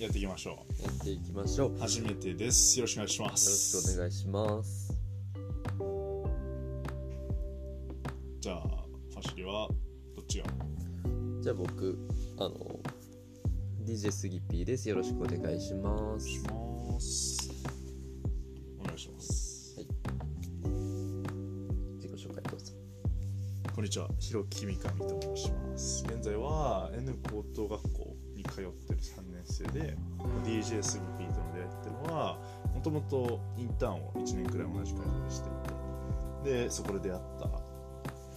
やっていきましょやっていきましょうよう初めてですよろしくお願いしまろしくすお願いしますじゃあファシリはどっちがじゃあ僕あの DJ スギピーですよろしくお願いしまお願いしすますお願いします自己紹介どうぞこんにちはひろきみかみと申します現在は N 高等学校に通ってる3年生で DJ スギピーとの出会いっていうのはもともとインターンを1年くらい同じ会社でしていてでそこで出会った、ま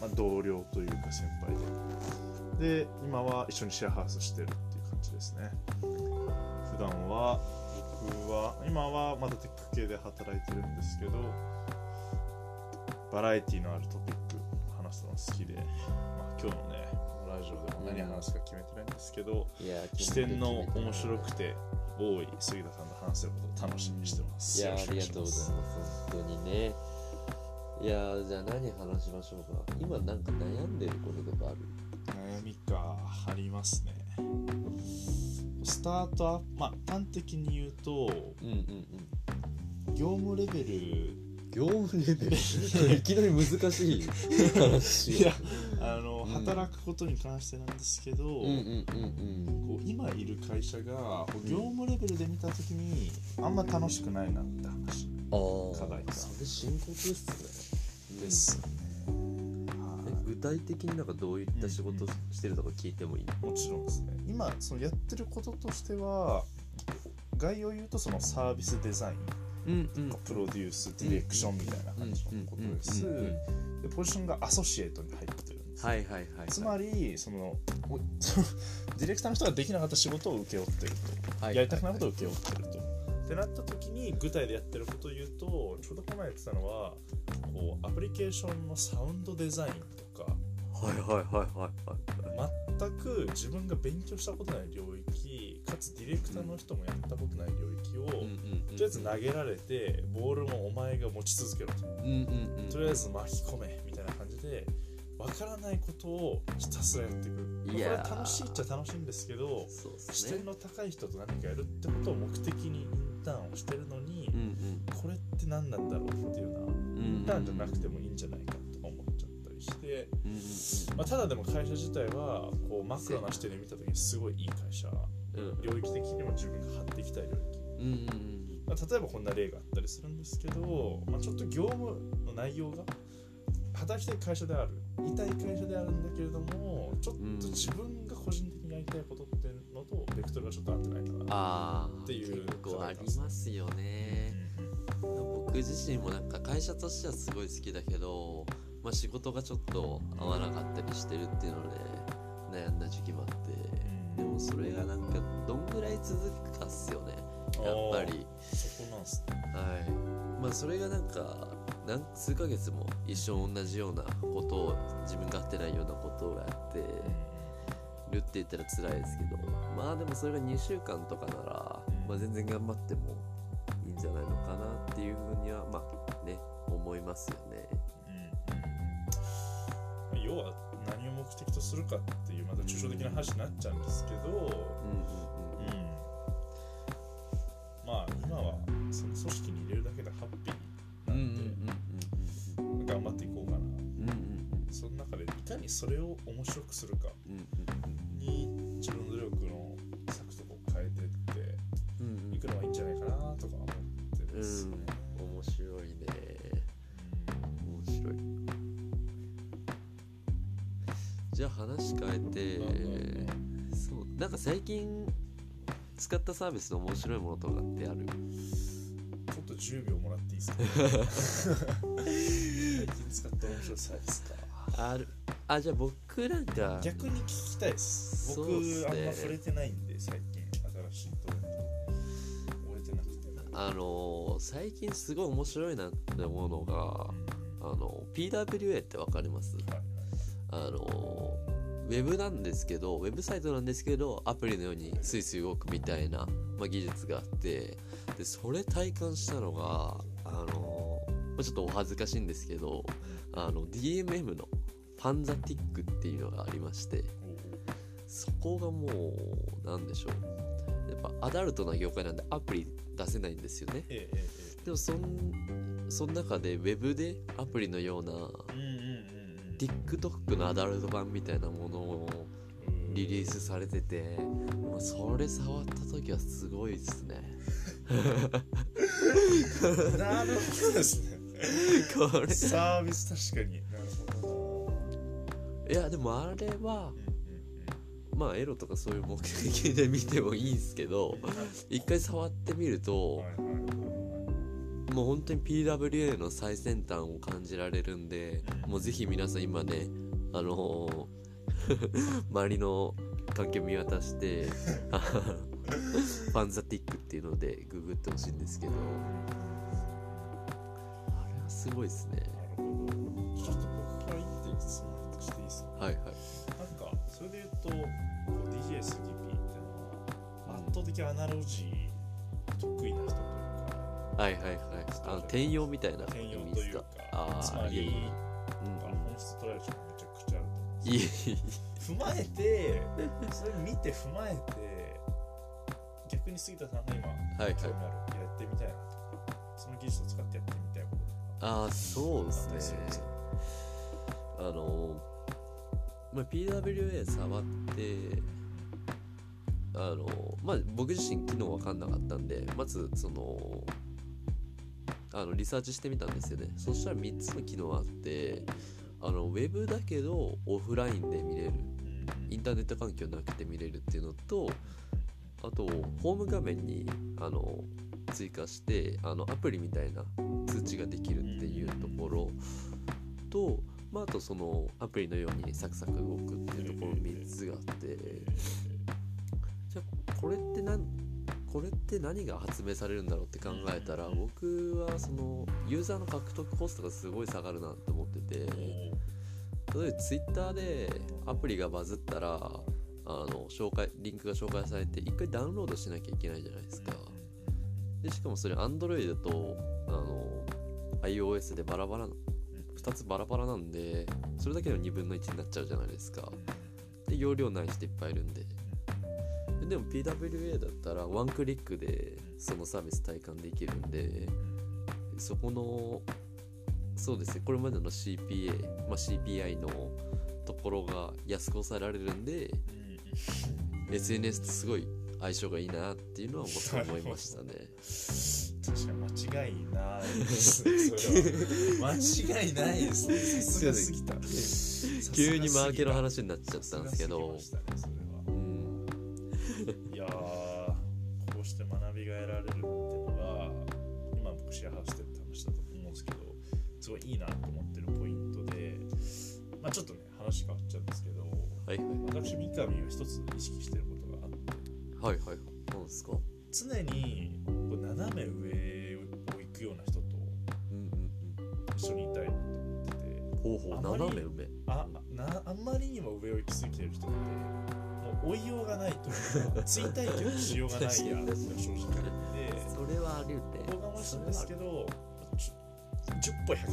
あ、同僚というか先輩でで今は一緒にシェアハウスしてるっていう感じですね普段は僕は今はまだテック系で働いてるんですけどバラエティのあるトピック話すのが好きで、まあ、今日のねラジオでも何話すか決めてないんですけど、いやー視点の面白くて多い杉田さんと話せることを楽しみにしてます。いやよろしーくあおりが願しとうございます本当にねいやーじゃあ何話しましょうか今なんか悩んでることとかある悩みかありますね。スタートアップ、まあ、端的に言うと、うんうんう ん業務レベル業務レベルいきなり難しい話いやあの、うん働くことに関してなんですけど、うんうんうんうんこう今いる会社がこう業務レベルで見た時にあんま楽しくないなって話あー課題かそれ深刻っすねですよね、えは具体的になんかどういった仕事うんしてるとか聞いてもいいいもちろんですね今そのやってることとしては概要を言うとそのサービスデザインうんうんプロデュースディレクションみたいな感じのことですうんうんうんうんでポジションがアソシエイトに入ってるんですはいはいはいはいつまりそのお ディレクターの人ができなかった仕事を請け負ってるとはいやりたくないことを請け負ってると。ってなった時に具体でやってることを言うとちょうどこの前やってたのはこうアプリケーションのサウンドデザインとかはいはいはいはいはい全く自分が勉強したことない領域かつディレクターの人もやったことない領域を、うんうんうんとりあえず投げられてボールもお前が持ち続けろと、うんうんうんとりあえず巻き込めみたいな感じでわからないことをひたすらやっていくこいれやーは楽しいっちゃ楽しいんですけどそうっ視すね点の高い人と何かやるってことを目的にインターンをしてるのに、うんこれって何なんだろうっていうのはうんうんインターンじゃなくてももいいんじゃないかとか思っちゃったりして、うんうんまあ、ただでも会社自体はこうマクロな視点で見た時にすごいいい会社うん領域的にも自分が張っていきたい領域、うんうんうんまあ、例えばこんな例があったりするんですけど、まあ、ちょっと業務の内容が働きたい会社であるいたい会社であるんだけれどもちょっと自分が個人的にやりたいことっていうのとベクトルがちょっと合ってないかなああっていう結構ありますよね僕自身もなんか会社としてはすごい好きだけど、まあ、仕事がちょっと合わなかったりしてるっていうので悩んだ時期もあってでもそれがなんかどんぐらい続くかっすよねやっぱりそこなんすねはいまあそれがなんか何数ヶ月も一生同じようなことを自分が合ってないようなことをやってるって言ったら辛いですけどまあでもそれが2週間とかなら、まあ、全然頑張ってもいいんじゃないのかなっていうふうにはまあね思いますよね。うん要は何を目的とするかっていうまた抽象的な話になっちゃうんですけうど、んうん、まあ今はその組織に入れるだけでハッピうーんうんうんなんで頑張っていこうかなうんうんうんうんその中でいかにそれを面白くするかうんに自分の努力の策とかを変えてっうんうんうんていくのがいいんじゃないかなとか思ってるんですね。うん面白いね面白いじゃあ話変うんえてそうなんか最近使ったサービスの面白いものとかってあるちょっと10秒もらっていいですか 最近使った面白いサービスかあるあじゃあ僕なんか逆に聞きたいです僕そうっすねあんま触れてないんで最近新しいトレンド追えてなくてあのー最近すごい面白いなって思うのがあの PWA ってわかりますあのウェブなんですけどウェブサイトなんですけどアプリのようにスイスイ動くみたいな、まあ、技術があってでそれ体感したのがあの、まあ、ちょっとお恥ずかしいんですけどあの DMM のパンザティックっていうのがありましてそこがもうなんでしょうでぱアダルトな業界なんでアプリ出せないんですよねえええでもそんその中でウェブでアプリのようなえうんうんうんうん TikTok のアダルト版みたいなものをリリースされててもうそれ触った時はすごいですね なるほどです ねこれサービス確かになるほどいやでもあれはなうんまあエロとかそういう目的で見てもいいんですけどうんうん一回触ってみるとはいはいはいはいもう本当に PWA の最先端を感じられるんでもうぜひ皆さん今ねあのー 周りの環境見渡してファンザティックっていうのでググってほしいんですけどあれはすごいですねなるほどちょっと僕から一点質問としていいですかはいはいなんかそれで言うとこう DJ スギピーっていうのは圧倒的アナロジー得意な人というかはいはいはいあの転用みたいな転意用味とでいすうかかあつあまいえいえりうん本質捉える人がめちゃくちゃあると思うんですいえいえ踏まえてそれ見て踏まえて逆に杉田さんが今はいはい興味あるやってみたいなとかその技術を使ってやってみたいことああそうとかあったでりすすねるんですかあの、まあ、PWA 触ってあのまあ僕自身機能分かんなかったんでまずそのあのリサーチしてみたんですよねそしたら3つの機能あってあのウェブだけどオフラインで見れるインターネット環境なくて見れるっていうのとあとホーム画面にあの追加してあのアプリみたいな通知ができるっていうところと、まあ、あとそのアプリのようにサクサク動くっていうところ3つがあってじゃあこれって何これって何が発明されるんだろうって考えたら僕はそのユーザーの獲得コストがすごい下がるなって思ってて。例えばツイッターでアプリがバズったらあの紹介リンクが紹介されて一回ダウンロードしなきゃいけないじゃないですかでしかもそれ Android とあの iOS でバラバラ2つバラバラなんでそれだけでも2分の1になっちゃうじゃないですかで容量ない人いっぱいいるんでででも PWA だったらワンクリックでそのサービス体感できるんでそこのそうですねこれまでの CPA、まあ、CPI のところが安く抑えられるんで SNS とすごい相性がいいなっていうのは僕は思いましたね確かに間違いないですねそれは間違いな いですねさすがすぎた急にマーケの話話になっちゃったんですけどうんいやーこうして学びが得られるっていうのが今僕シェアハウスでって話だと思うんですけどすごいいいなと思ってるポイントで、まあ、ちょっとね話変わっちゃうんですけどはいはい私三上が一つ意識してることがあってはいはいなんですか常にこう斜め上を行くような人とうんうん一緒にいたいなと思っててうんほうほあうんまり斜め上あなあんまりにも上を行き過ぎてる人ってもう追いようがないというか追体験しようがないやっていうのが正直あって。それはあるねおこがましいんですそけれはどちょ10歩100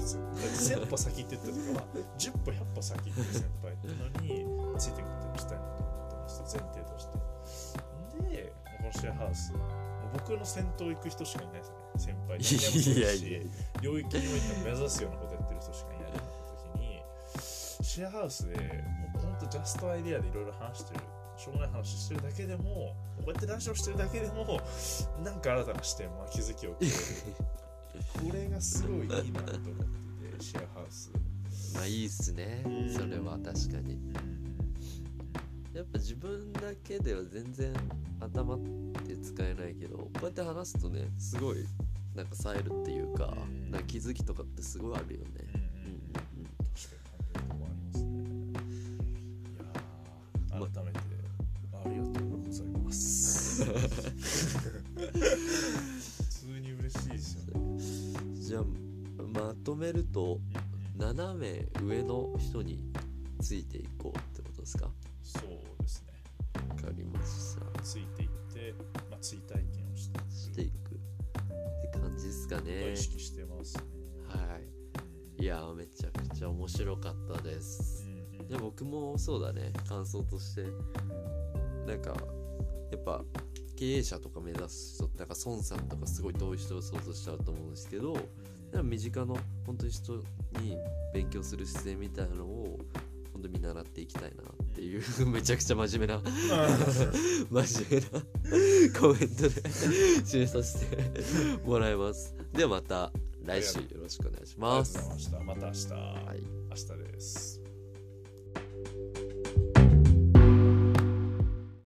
歩1000歩先行ってった時 は10歩100歩先行ってる先輩っていうのについていくことにしたいなと思ってました前提としてでこのシェアハウスもう僕の先頭行く人しかいないですね先輩いやいいやいや領域において目指すようなことやってる人しかいないって時にシェアハウスでもうほんとジャストアイデアでいろいろ話してるしょうもない話してるだけでもこうやってラジオしてるだけでもなんか新たな視点、まあ、気づきをくれるこれがすごいいいなと思っててシェアハウスまあいいっすねうんそれは確かにやっぱ自分だけでは全然頭って使えないけどこうやって話すとねすごいなんか冴えるっていうかうんなんか気づきとかってすごいあるよね。うん確かに感じるとこありますね。いやー改めてありがとうござい ます。普通に嬉しいですよね。うんうんじゃあまとめると斜め上の人についていこうってことですかわそうですね。かりました。ついていって、まあ、追体験をしていくしていくって感じですかことをね意。識してますね。はい。いやーめちゃくちゃ面白かったです。うんいや僕もそうだね感想としてなんかやっぱ経営者とか目指す人ってなんか孫さんとかすごい遠い人を想像しちゃうと思うんですけどでも身近の本当に人に勉強する姿勢みたいなのを本当見習っていきたいなっていう めちゃくちゃ真面目な真面目なコメントで 締めさせてもらいますではまた来週よろしくお願いしありまがとうごすざいました。また明日。はい明日です。